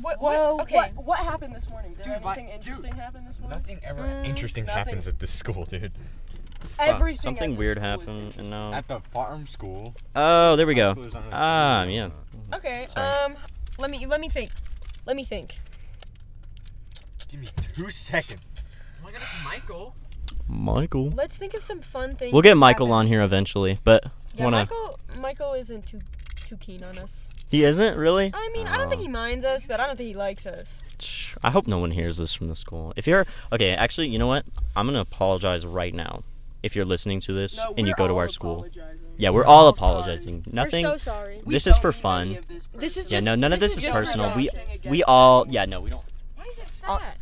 S2: What, what,
S9: Well,
S2: okay.
S9: what, what happened this morning? Did
S5: Dude, my-
S9: anything interesting happen this morning?
S10: Nothing ever interesting
S9: nothing.
S10: happens at this school, dude.
S1: Fuck,
S9: Everything at
S1: Something
S9: this
S1: weird
S9: school is
S1: happened.
S9: interesting.
S1: And now.
S10: At the farm school.
S1: Oh, there we go.
S10: School is not-
S1: Ah, yeah.
S2: Okay.
S1: Sorry.
S2: Um, let me let me think. Let me think.
S10: Give me two seconds.
S5: Oh my god, it's Michael.
S1: Michael.
S2: Let's think of some fun things.
S1: We'll get
S2: that
S1: Michael
S2: happened.
S1: on here eventually, but
S2: Yeah,
S1: wanna
S2: Michael. Michael isn't too too keen on us.
S1: he isn't really? Oh.
S2: I mean, I don't think he minds us, but I don't think he likes us.
S1: Shh, I hope no one hears this from the school. If you're okay, actually, you know what? I'm gonna apologize right now. If you're listening to this
S9: No,
S1: and you
S9: we're
S1: go to
S9: all
S1: our school,
S9: apologizing.
S1: yeah, we're all
S9: all
S1: apologizing. Nothing.
S2: We're so sorry.
S5: We
S1: this is
S5: don't
S1: for
S5: need any
S1: fun.
S5: of this
S2: This is
S1: Yeah,
S2: just,
S1: no, none of this, is
S2: just
S1: personal.
S2: for
S1: We
S2: jokes.
S1: we all yeah, no, we don't.
S2: Why is it
S9: Uh,
S2: fat?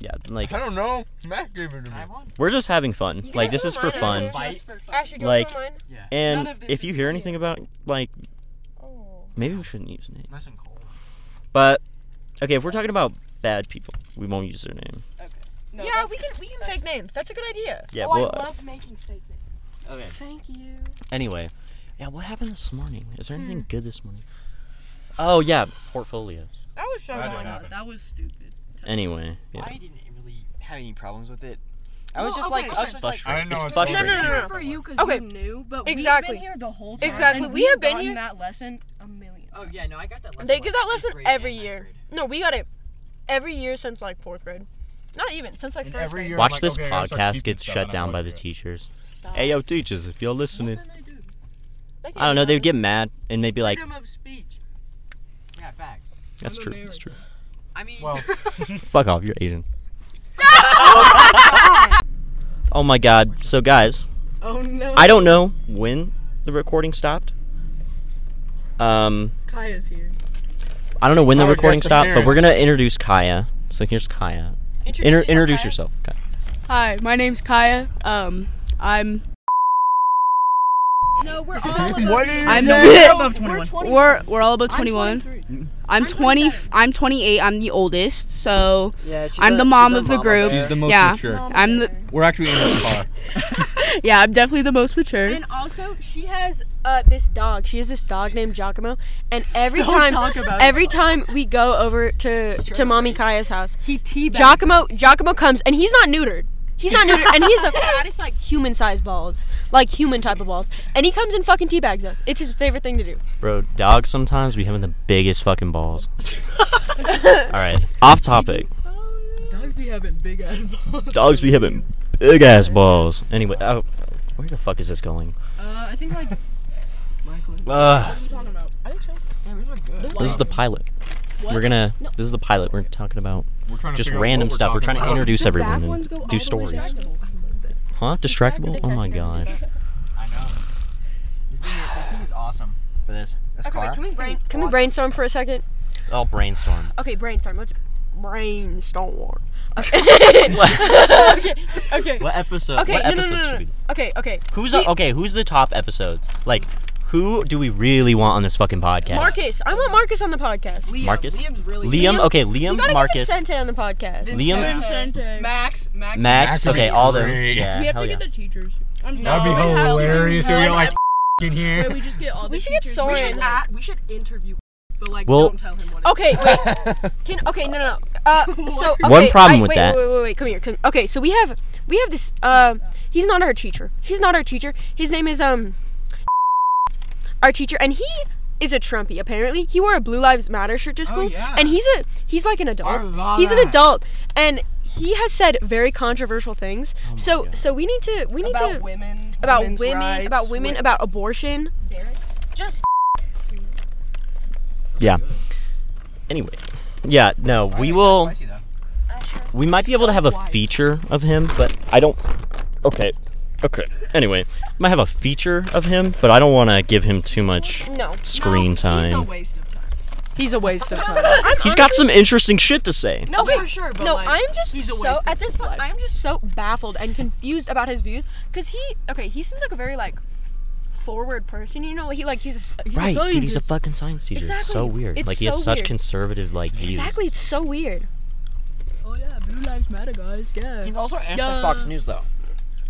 S1: Yeah, like
S10: I don't know. Matt gave it to me.
S5: I want.
S1: we're just having fun.
S2: guys
S1: Like this
S2: don't
S1: is for
S2: mind us
S1: fun.
S2: here.
S5: Bite.
S2: Asher, do
S1: like-
S2: you want mine?
S5: Yeah.
S1: And
S5: None of this
S1: if
S5: is
S1: you hear
S5: funny.
S1: anything about like
S2: Oh.
S1: maybe we shouldn't use names.
S5: Nice and cold.
S1: But okay, if we're talking about bad people, we won't use their name.
S9: No,
S2: yeah,
S9: that's-
S2: we can we can
S9: that's-
S2: fake names. That's a good idea.
S1: Yeah,
S9: oh,
S1: well
S9: I love making fake names.
S1: okay.
S9: Thank you.
S1: Anyway, yeah, what happened this morning? Is there
S10: Hmm.
S1: anything good this morning? Oh yeah, portfolios.
S2: That was so
S10: I don't
S2: long.
S10: know.
S8: That was stupid.
S1: Anyway, yeah.
S5: I didn't really have any problems with it. I was
S9: No,
S5: just
S9: okay,
S5: like, I was
S9: listen.
S5: just like,
S10: I didn't know.
S1: It's
S10: it's
S1: frustrating.
S10: over.
S2: No, no, no, no.
S9: For you, because
S2: Okay.
S9: you knew, but
S2: Exactly.
S9: we've been here the whole time.
S2: Exactly.
S9: and
S2: We have
S9: we've
S2: been
S9: gotten
S2: here-
S9: that lesson a million.
S5: oh yeah, no, I got that. Lesson
S2: They
S5: like
S2: get that
S5: eighth
S2: lesson
S5: grade
S2: every
S5: and ninth
S2: year.
S5: grade.
S2: No, we got it every year since like fourth grade. Not even since like
S10: And
S2: first
S10: every
S2: grade.
S10: year-
S1: Watch
S10: I'm like,
S1: this
S10: okay, I gotta start
S1: podcast
S10: keeping
S1: get
S10: stuff
S1: shut
S10: and
S1: down by
S10: unplug
S1: the
S10: it.
S1: teachers.
S2: Stop.
S1: Hey, yo, teachers, if you're listening,
S9: What did I do?
S2: That
S1: I
S2: can't
S1: don't know,
S2: happen.
S1: they'd get mad and they'd be like,
S5: Freedom of speech. Yeah, facts.
S1: "That's true, that's true."
S5: I mean,
S10: Well,
S1: Fuck off, you're Asian. oh my god. So guys,
S8: Oh no.
S1: I don't know when the recording stopped. Um,
S8: Kaya's here.
S1: I don't know when the
S10: Oh, I guess
S1: recording
S10: I'm
S1: stopped, but
S10: here.
S1: we're gonna introduce Kaya. So here's Kaya. Inter- introduce yourself. Kaya.
S7: Hi, my name's Kaya. Um, I'm
S2: No, we're all about
S10: what are you?
S7: I'm
S9: We're 20.
S7: we're we're all about
S9: I'm
S7: 21.
S9: 23.
S7: I'm 20. f-
S2: 27.
S7: I'm 28. I'm the oldest. So
S5: yeah, she's
S7: I'm
S5: a-
S7: the mom
S5: she's a
S7: of the
S5: mama
S7: group.
S5: bear.
S10: She's the most
S7: Yeah.
S10: mature.
S7: I'm the
S10: We're actually in the car.
S7: yeah. I'm definitely the most mature.
S2: And also, she has uh, this dog. She has this dog named Giacomo, and every time, every time we go over to to mommy Kaya's house,
S9: He teabags.
S2: Giacomo Giacomo comes, and he's not neutered. He's not neutered, and he's the fattest, like human-sized balls, like human type of balls. And he comes and fucking teabags us. It's his favorite thing to do.
S1: Bro, dogs sometimes be having the biggest fucking balls. All right, off topic.
S8: Dogs be having big ass balls.
S1: Dogs be having big ass balls. Anyway, oh, where the fuck is this going?
S8: Uh, I think like. Michael.
S1: Uh,
S8: What are you talking about? I think so. Yeah, these are good.
S1: this is the pilot. We're gonna. This is the pilot. We're talking about
S10: We're trying to
S1: just
S10: figure out
S1: random
S10: what
S1: stuff. We're
S10: talking
S1: trying to
S10: about.
S1: introduce everyone
S9: ones go
S1: and
S9: all
S1: do
S9: the way
S1: stories.
S9: down.
S1: Huh? Distractible? Oh my gosh.
S5: I know. This thing, this thing is awesome for this. This
S2: Okay,
S5: car.
S2: wait, can we
S5: This thing
S2: brain,
S5: is
S2: can we
S5: awesome.
S2: brainstorm for a second?
S1: I'll brainstorm.
S2: Okay, brainstorm. Let's brainstorm.
S1: okay.
S2: okay.
S1: What episode?
S2: Okay,
S1: what
S2: no, no,
S1: episodes
S2: no, no,
S1: should
S2: no.
S1: we? do?
S2: Okay, okay.
S1: Who's Oh,
S2: We-
S1: the, okay? Who's the top episodes? Like, who do we really want on this fucking podcast?
S2: Marcus. I want Marcus on the podcast.
S8: Liam.
S1: Marcus?
S8: Liam's really.
S1: Liam.
S2: Liam.
S1: Okay,
S2: We
S1: Liam.
S2: gotta
S1: Marcus.
S2: get Vicente on the podcast.
S1: Liam.
S8: Max. Max.
S1: Max.
S10: Max would
S1: Okay,
S10: be
S1: all them.
S10: great.
S1: Yeah.
S7: we have
S1: hell
S7: to
S1: yeah.
S7: get the teachers. I'm
S10: That'd be
S7: sorry.
S10: hilarious. if We got like in here.
S7: Wait, we just get all the
S2: We should get
S7: teachers.
S2: Soren.
S9: should, act, we should interview. but like
S1: Well-
S9: don't tell him what.
S2: Okay, wait. Can okay, no, no, no. Uh, so okay,
S1: One problem
S2: I-
S1: with
S2: wait,
S1: that-
S2: Wait, wait, wait, wait, come here. Come, okay, so we have we have this. Uh, he's not our teacher. He's not our teacher. His name is um, our teacher, and he is a Trumpy. Apparently, he wore a Blue Lives Matter shirt to school,
S5: yeah.
S2: and he's a he's like an adult. He's an adult, and he has said very controversial things.
S1: Oh
S2: so so we need to we need
S9: About
S2: to
S9: women.
S2: about
S8: women's
S2: women
S8: rights,
S2: about women
S8: wo-
S2: about abortion.
S9: Derek.
S2: Just
S1: Yeah. Anyway. Yeah, no, we will. We might be able to have a feature of him, but I don't. Okay. Okay. Anyway, might have a feature of him, but I don't want to give him too much
S2: no.
S1: screen
S9: It's a
S1: time.
S9: waste of time.
S8: He's a waste of time.
S1: He's got some interesting shit to say.
S9: No, for sure. But
S2: No,
S9: like,
S2: I'm just
S9: he's a
S2: so
S9: waste
S2: at
S9: of
S2: this point I'm just so baffled and confused about his views because he okay he seems like a very like forward person you know he like he's a s- he's a
S1: Right, dude, he's a
S2: scientist.
S1: fucking science teacher. It's so
S2: Exactly.
S1: weird.
S2: It's
S1: like he has
S2: so
S1: such
S2: weird.
S1: conservative like views.
S2: exactly it's so weird
S9: Oh yeah, Blue Lives Matter, guys. Yeah.
S5: He's also anti-Fox News though.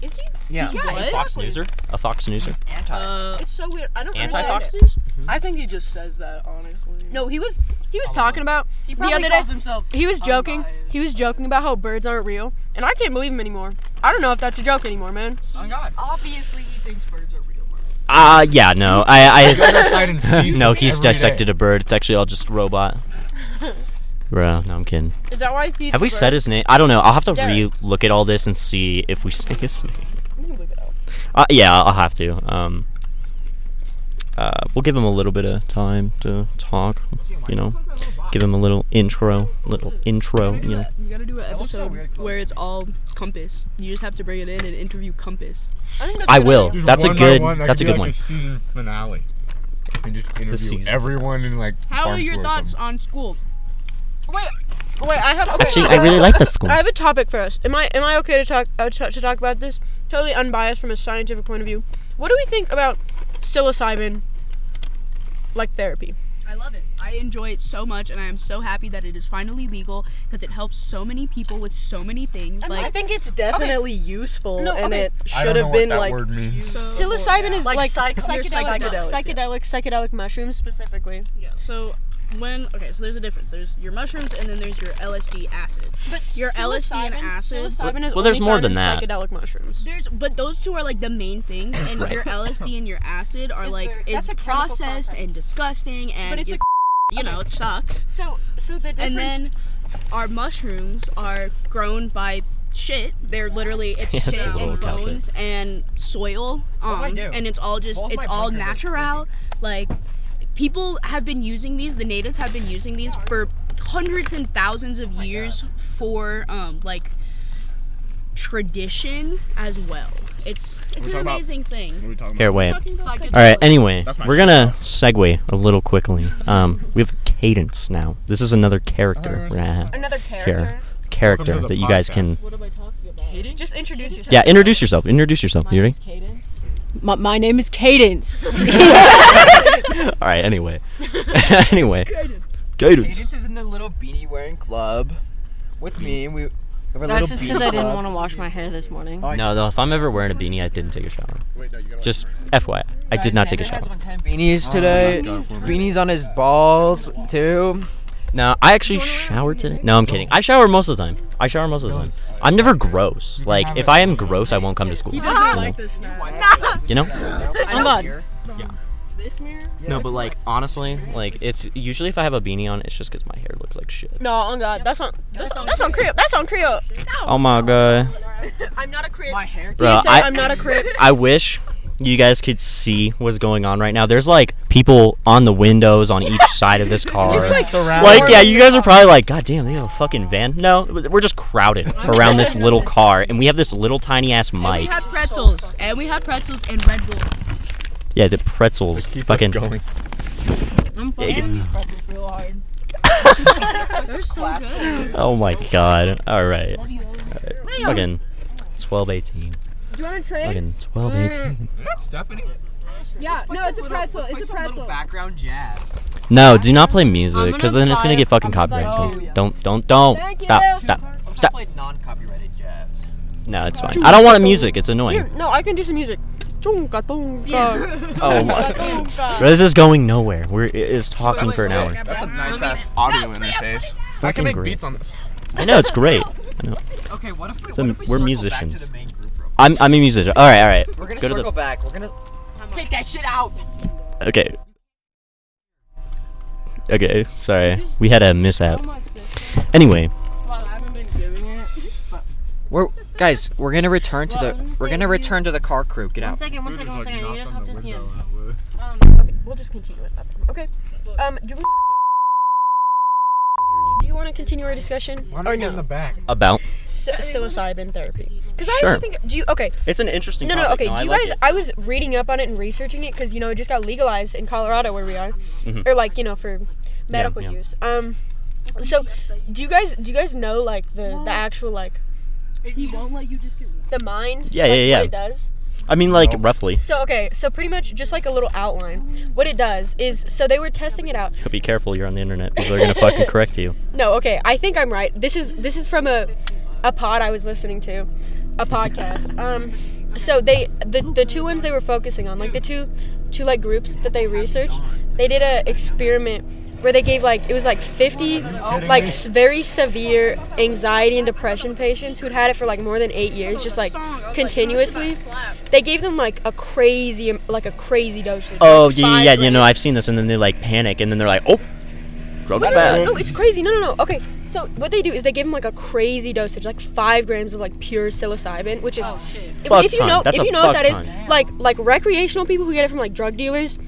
S2: is he
S5: Yeah.
S2: yeah
S9: what?
S2: exactly.
S1: Fox Newser? A Fox Newser?
S5: Anti.
S2: it's so weird I don't
S1: Anti Fox
S2: understand it.
S1: News?
S9: I think he just says that honestly.
S2: no he was he was talking about
S9: he
S2: the
S9: probably
S2: other day
S9: calls himself.
S2: he was joking
S9: unbiased.
S2: he was joking about how birds aren't real and I can't believe him anymore I don't know if that's a joke anymore man
S5: oh God.
S9: Obviously, he thinks birds are real. Mark.
S1: Uh, yeah, no. I.
S4: outside and
S1: I
S4: feed
S1: no,
S4: them
S1: he's
S4: every day.
S1: dissected a bird. It's actually all just robot. Bro, no, I'm kidding.
S2: is that why he
S1: Have we said his name? I don't know. I'll have to re
S2: Derek.
S1: look at all this and see if we say his name.
S2: we can bleep it out
S1: Uh, yeah, I'll have to. Um, uh, we'll give him a little bit of time to talk. You know, give him a little intro, little intro. You know,
S9: You gotta do an
S5: looks so
S9: episode
S5: weird close.
S9: where it's all Compass. You just have to bring it in and interview Compass.
S2: I think that's
S1: I
S2: a good
S1: will.
S2: idea.
S4: Just
S1: That's a
S4: one by
S1: good.
S4: one, that
S1: That's a
S4: could
S1: good
S4: be like
S1: one.
S4: A season finale. And just interview
S1: season.
S4: everyone in like.
S9: How
S4: farm
S9: are your
S4: school or
S9: thoughts
S4: something.
S9: on school?
S2: Wait, I have. Okay,
S1: Actually, I really like the school.
S2: I have a topic for us. Am I am I okay to talk uh, to, to talk about this? Totally unbiased from a scientific point of view. What do we think about psilocybin, like therapy?
S9: I love it. I enjoy it so much, and I am so happy that it is finally legal because it helps so many people with so many things.
S8: I
S9: Like
S8: think it's definitely useful,
S2: No,
S8: and
S2: okay.
S8: it
S4: I don't
S8: should
S4: know
S8: have
S4: what
S8: been
S4: that
S8: like
S4: word means.
S2: Psilocybin is
S8: Like
S2: like,
S8: psych-
S2: psychedelic,
S8: psychedelics,
S2: psychedelic, psychedelic, mushrooms specifically.
S9: yeah, so when okay, so there's a difference. There's your mushrooms, and then there's your LSD acid.
S2: But
S9: Your LSD and acid-
S2: Psilocybin is
S1: Well, there's
S2: only
S1: more
S2: found
S1: than
S2: in
S1: that.
S2: Psychedelic mushrooms.
S9: There's, but those two are like the main things, and your LSD and your acid are
S2: It's
S9: like
S2: very-
S9: it's
S2: that's a chemical
S9: processed
S2: compound.
S9: and disgusting, and
S2: But it's a
S9: it's, you know it sucks.
S2: So so the difference.
S9: And then our mushrooms are grown by shit. They're literally it's
S1: Yeah, it's
S9: shit
S1: a little
S9: and
S1: cow shit.
S9: bones and soil. Um,
S5: do I do?
S9: and it's all just
S5: Both
S9: it's
S5: my
S9: all
S5: burgers are
S9: natural. Like people have been using these. The natives have been using these for hundreds and thousands
S5: Oh
S9: of years for um like tradition as well. It's it's an
S11: about-
S9: amazing thing.
S11: we talking
S1: Here, wait.
S9: Psychedelic.
S1: All right. Anyway,
S11: That's my
S1: we're gonna segue a little quickly. Um, we have cadence now. This is another character we're gonna have
S2: another
S1: here.
S2: character.
S4: Welcome
S1: Character
S4: to the
S1: that you guys can.
S12: What am I talking about?
S2: Just introduce yourself.
S1: Yeah, introduce yourself. Introduce yourself. You ready?
S12: Cadence. My, my name is Cadence.
S1: All right. Anyway. anyway. Cadence. Cadence.
S5: Cadence is in the little beanie wearing club with me. We, we have a
S12: That's
S5: little
S12: just
S5: beanie
S12: because I didn't
S5: club.
S12: want to wash my hair this morning.
S5: Oh, I-
S1: No, no. If I'm ever wearing a beanie, I didn't take a shower. Just FYI, I did not take a
S5: Xander has
S1: shower.
S5: on 10 beanies today. beanies on his balls too.
S1: No, I actually showered today. No, I'm kidding. I shower most of the time. I shower most of the time. I'm never gross. Like, if I am gross, I won't come to school. He doesn't like this now. You know?
S12: Oh god.
S1: No, but like honestly, like it's usually if I have a beanie on, it's just because my hair looks like shit.
S2: No, oh god, that's on that's, that's on Creole. That's on Creole.
S1: Oh my god,
S2: I'm not a Creole.
S5: My hair.
S1: bro!
S2: PSA, I, am
S1: I
S2: not a Crip.
S1: I wish you guys could see what's going on right now. There's like people on the windows on each side of this car.
S2: Just like,
S1: Like, yeah,
S2: swarming
S1: you guys are probably like, God damn, they have a fucking van. No, we're just crowded around this little car, and we have this little tiny ass
S9: We
S1: mic.
S9: have pretzels, and we have pretzels and Red Bull.
S1: Yeah, the pretzels.
S4: Keep
S1: Fucking.
S4: us going.
S1: Yeah, you-
S9: They're so good.
S1: oh my god. All right. All right. It's fucking 1218.
S2: Do you want to trade?
S1: Fucking 1218.
S4: Stephanie.
S2: Yeah, no, it's a pretzel.
S5: Play
S2: It's a
S5: some little
S2: pretzel.
S5: background jazz.
S1: No, do not play music, because then it's gonna
S12: buy-
S1: get fucking
S12: I'm gonna buy-
S1: copyrighted.
S12: Oh, yeah.
S1: Don't, don't, don't, don't.
S2: Thank
S1: Stop,
S2: you.
S1: stop,
S5: I'm
S1: stop.
S5: play non-copyrighted jazz.
S1: No, it's fine. I don't want music. It's annoying.
S2: Here, no, I can do some music.
S7: Chonka tonka.
S1: Oh my
S7: god.
S1: This is going nowhere. We're it is talking for an hour.
S11: That's a nice ass audio interface. I
S1: Fucking
S11: can make
S1: great.
S11: beats on this.
S1: I know it's great. I know.
S5: Okay, what if we,
S1: So
S5: what if we
S1: we're
S5: circle
S1: musicians.
S5: Back to the main group?
S1: I'm I'm a musician. All right, all right.
S5: We're gonna
S1: Go to
S5: circle
S1: the
S5: back. We're gonna take that shit out.
S1: okay. Okay, sorry. We had a mishap. Anyway,
S5: We're guys. We're gonna return to the. We're gonna return to the car crew. Get
S12: One
S5: out.
S12: second, one second, one second. You just have to see him.
S7: Okay, we'll just continue with that. Okay. Um, do we?
S2: Do you want to continue our discussion?
S11: Why not get in the back?
S1: about
S2: Psi- psilocybin therapy. Because I
S1: Sure.
S2: actually think. Do you? Okay.
S1: it's an interesting.
S2: No, no,
S1: topic.
S2: okay.
S1: I
S2: do you
S1: like
S2: guys?
S1: it.
S2: I was reading up on it and researching it because you know it just got legalized in Colorado where we are, or like you know for medical
S1: Mm-hmm. yeah.
S2: use. Um, so do you guys? Do you guys know like the the actual like
S12: He won't let you just get rid
S2: the mind?
S1: Yeah,
S2: like,
S1: yeah, yeah.
S2: What it does.
S1: I mean, like roughly.
S2: So okay, so pretty much just like a little outline. What it does is so they were testing it out.
S1: But be careful. You're on the internet. People are gonna fucking correct you.
S2: No, okay, I think I'm right. This is this is from a a pod I was listening to, a podcast. Um, so they the the two ones they were focusing on, like the two two like groups that they researched, they did a experiment where they gave like it was like 50 like s- very severe anxiety and depression patients who'd had it for like more than 8 years just like continuously they gave them like a crazy like a crazy dosage
S1: Oh
S2: like,
S1: yeah, yeah,
S2: five
S1: yeah. You know, I've seen this, and then they like panic, and then they're like, oh, drugs
S2: No, no,
S1: bad.
S2: no, no, it's crazy. No, no, no. Okay, so what they do is they give him like a crazy dosage, like five grams of like pure psilocybin, which is if,
S1: Fuck
S2: if you
S1: ton.
S2: know
S1: That's
S2: if
S1: a
S2: you know what
S1: fuck
S2: that is,
S1: ton.
S2: like like recreational people who get it from like drug dealers,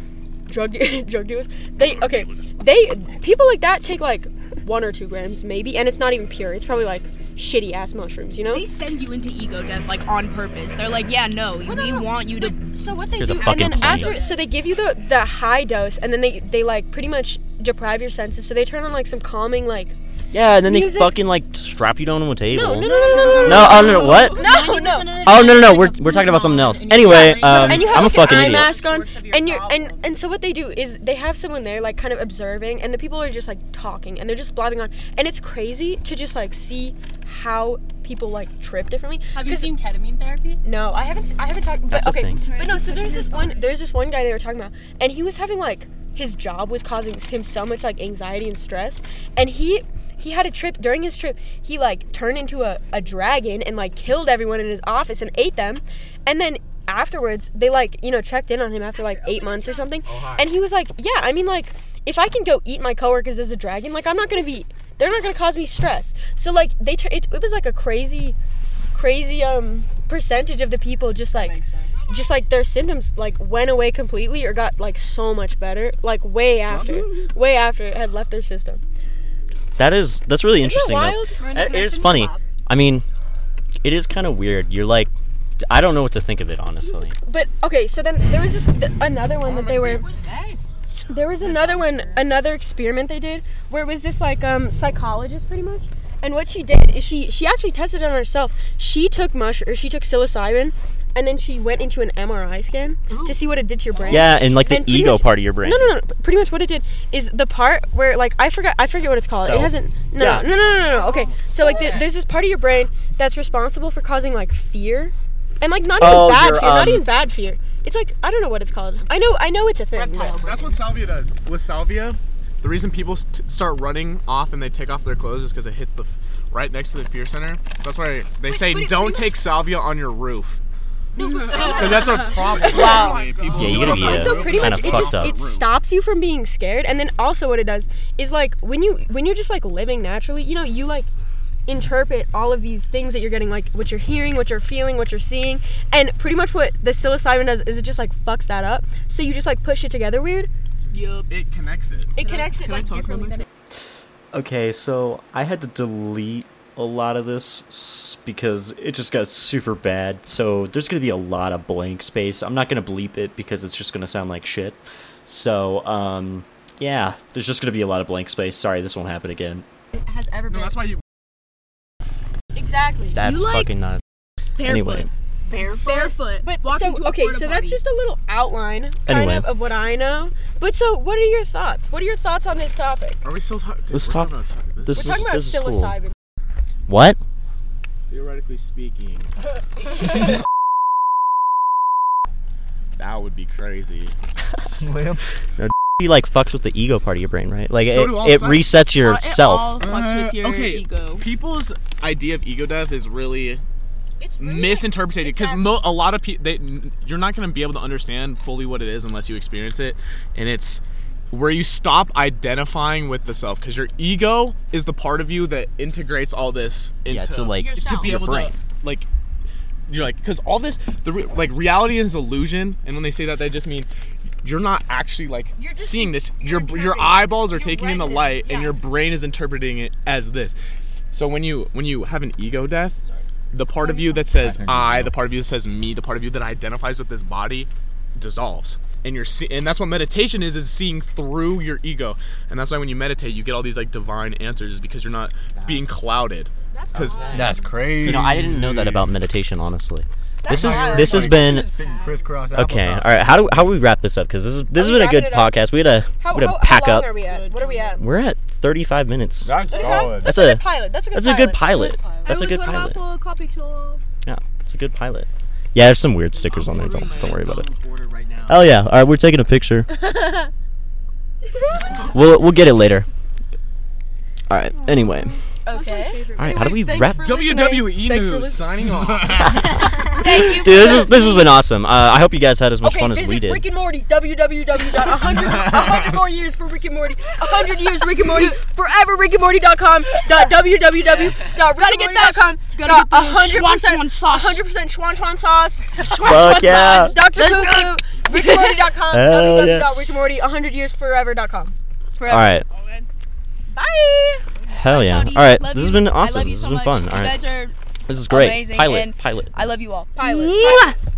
S2: drug de- drug dealers. They okay, they people like that take like one or two grams maybe, and it's not even pure. It's probably like shitty ass mushrooms, you know.
S9: They send you into ego death like on purpose. They're like, yeah, no, we want you to.
S2: So what they
S1: Here's a
S2: do, and
S1: fucking
S2: then
S1: plane.
S2: after, so they give you the the high dose, and then they they like pretty much deprive your senses. So they turn on like some calming like
S1: Yeah, and then
S2: Music-
S1: they fucking like strap you down on a table.
S2: no no no no no
S1: No, oh no, no, what?
S2: no no. no.
S1: Oh no, no, no. We're, we're talking about something else. Anyway, um,
S2: and you have
S1: I'm a
S2: like,
S1: fucking
S2: an eye
S1: idiot.
S2: mask on, and you're and and so what they do is they have someone there like kind of observing, and the people are just like talking, and they're just blabbing on, and it's crazy to just like see how people like trip differently.
S12: Have you
S2: 'Cause-
S12: seen ketamine therapy?
S2: No, I haven't. se- I haven't talked. But
S1: That's a
S2: okay,
S1: thing.
S2: but no. So there's this one. There's this one guy they were talking about, and he was having like his job was causing him so much like anxiety and stress, and he. He had a trip during his trip. He like turned into a, a dragon and like killed everyone in his office and ate them. And then afterwards, they like, you know, checked in on him after like eight months or something. And he was like, Yeah, I mean, like, if I can go eat my coworkers as a dragon, like, I'm not gonna be, they're not gonna cause me stress. So, like, they, tr- it, it was like a crazy, crazy um percentage of the people just like just like their symptoms like went away completely or got like so much better like way after way after it had left their system
S1: That is that's really interesting. though.
S2: wild?
S1: It- it is funny. I mean, it is kind of weird. You're like, I don't know what to think of it honestly.
S2: but okay so then there was this th- another one that they were there was another one another experiment they did where it was this like um psychologist pretty much and what she did is she she actually tested it on herself she took mush or she took psilocybin and then she went into an mri scan to see what it did to your brain
S1: Yeah, and like the
S2: And pretty
S1: ego
S2: much-
S1: part of your brain.
S2: No, no, no. p- Pretty much what it did is the part where like I forgot I forget what it's called.
S1: So-
S2: It hasn't. No,
S1: Yeah.
S2: no, no, no, no, no. Okay, so like the, there's this part of your brain that's responsible for causing like fear, and like not even
S1: Oh,
S2: bad
S1: your,
S2: fear, not
S1: um,
S2: even bad fear. It's like I don't know what it's called. I know, I know it's a thing. but-
S11: That's what salvia does. With salvia, the reason people st- start running off and they take off their clothes is because it hits the f- right next to the fear center. That's why they say
S2: but it
S11: don't
S2: pretty
S11: take salvia on your roof. Because that's a problem.
S12: Wow.
S11: apparently. People
S1: Yeah, you
S11: do it
S1: gotta
S11: on
S1: be
S11: their
S1: a-
S2: so
S11: roof.
S2: pretty
S1: kinda
S2: much it
S1: fucked
S2: just
S1: up.
S2: it stops you from being scared and then also what it does is like when you when you're just like living naturally you know you like interpret all of these things that you're getting like what you're hearing what you're feeling what you're seeing and pretty much what the psilocybin does is it just like fucks that up so you just like push it together weird
S11: It connects it.
S2: it connects it like differently than it
S1: Okay, so I had to delete a lot of this s- because it just got super bad. So there's going to be a lot of blank space. I'm not going to bleep it because it's just going to sound like shit. So, um, yeah, there's just going to be a lot of blank space. Sorry, this won't happen again.
S2: has ever
S11: No,
S2: been
S11: that's why you.
S2: exactly
S1: That's
S9: You, like,
S1: fucking not.
S9: Barefoot.
S1: Anyway,
S9: Barefoot.
S2: but
S9: walk
S2: so
S9: into a
S2: okay
S9: porta
S2: so
S9: potty.
S2: that's just a little outline kind
S1: Anyway.
S2: of of what i know but so what are your thoughts what are your thoughts on this topic
S11: Are we still ta- dude,
S1: Let's
S11: we're
S1: talk-
S11: talking about sex. This
S1: this
S2: we're
S1: is,
S2: talking about
S1: this is cool.
S2: psilocybin
S1: What?
S11: theoretically speaking. That would be crazy.
S1: Lamp. You like fucks with the ego part of your brain, right? Like
S11: So
S1: it,
S11: do all
S1: it
S11: sex.
S1: resets yourself.
S11: Uh, okay, people's idea of ego death is really
S9: it's
S11: misinterpreted because mo- a lot of people they n- you're not going to be able to understand fully what it is unless you experience it, and it's where you stop identifying with the self because your ego is the part of you that integrates all this into
S1: Yeah, to, like,
S11: to be
S1: your
S11: able
S1: brain.
S11: to like you're like because all this the re- like reality is illusion and when they say that they just mean you're not actually like seeing this your your eyeballs are taking in the light and your brain is interpreting it as this so when you when you have an ego death the part of you that says i, the part of you that says me the part of you that identifies with this body dissolves and you're see- and that's what meditation is is seeing through your ego and that's why when you meditate you get all these like divine answers is because you're not being clouded because
S1: That's crazy. You know, I didn't know that about meditation, honestly.
S11: That's
S1: this is
S11: wild.
S1: this has
S11: Like,
S1: been
S11: sitting crisscross
S1: okay. All
S11: applesauce.
S1: right, how do how do we wrap this up? Because this is this has
S2: we
S1: been a
S2: wrapping
S1: good
S2: it up?
S1: podcast. We had to
S2: How,
S1: we had
S2: how,
S1: to
S2: how
S1: pack
S2: long
S1: up.
S2: are we at? What are we at?
S1: We're at 35 minutes.
S4: That's
S2: Okay. solid. That's
S1: That's
S2: a
S1: a
S2: good pilot. That's a good
S1: That's a good
S2: pilot.
S1: pilot. That's a good pilot. Yeah, it's a good pilot. Yeah, there's some weird stickers on there. Don't don't worry about it. Oh yeah. All right, we're taking a picture. We'll we'll get it later. All right. Anyway.
S2: Okay.
S1: All right. How do we wrap?
S11: WWE E News signing off.
S2: Thank you.
S1: Dude, this is this has been awesome. Uh, I hope you guys had as much
S8: okay,
S1: fun as
S8: visit
S1: we did.
S8: Rick and Morty. www.100 100 more years for Rick and Morty. 100 years Rick and Morty. Forever rickandmorty.com. Dot www.
S2: Gotta get those.
S8: Gotta
S2: Gotta
S8: get
S2: get
S8: those
S2: hundred
S8: Schwanzwan
S2: percent
S8: sauce.
S2: Hundred percent Schwanzwan sauce.
S1: Fuck yeah.
S2: Doctor Cuckoo. RickandMorty.com.
S1: Hell yeah.
S2: www.rickandmorty. hundred years forever.com. Forever.
S1: All right.
S2: Bye.
S1: Hell yeah. All right. This has been awesome. This has been fun. All right.
S9: You guys are
S1: This is great.
S9: amazing,
S1: Pilot.
S9: and
S1: Pilot.
S9: I love you all.
S2: Pilot.